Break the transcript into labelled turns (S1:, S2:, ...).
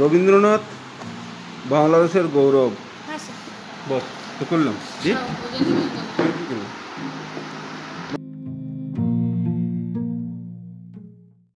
S1: রবীন্দ্রনাথ বাংলাদেশের গৌরব
S2: হ্যাঁ স্যার
S1: বস তো করলাম জি
S2: ওদের জন্য
S1: আর কি করবো?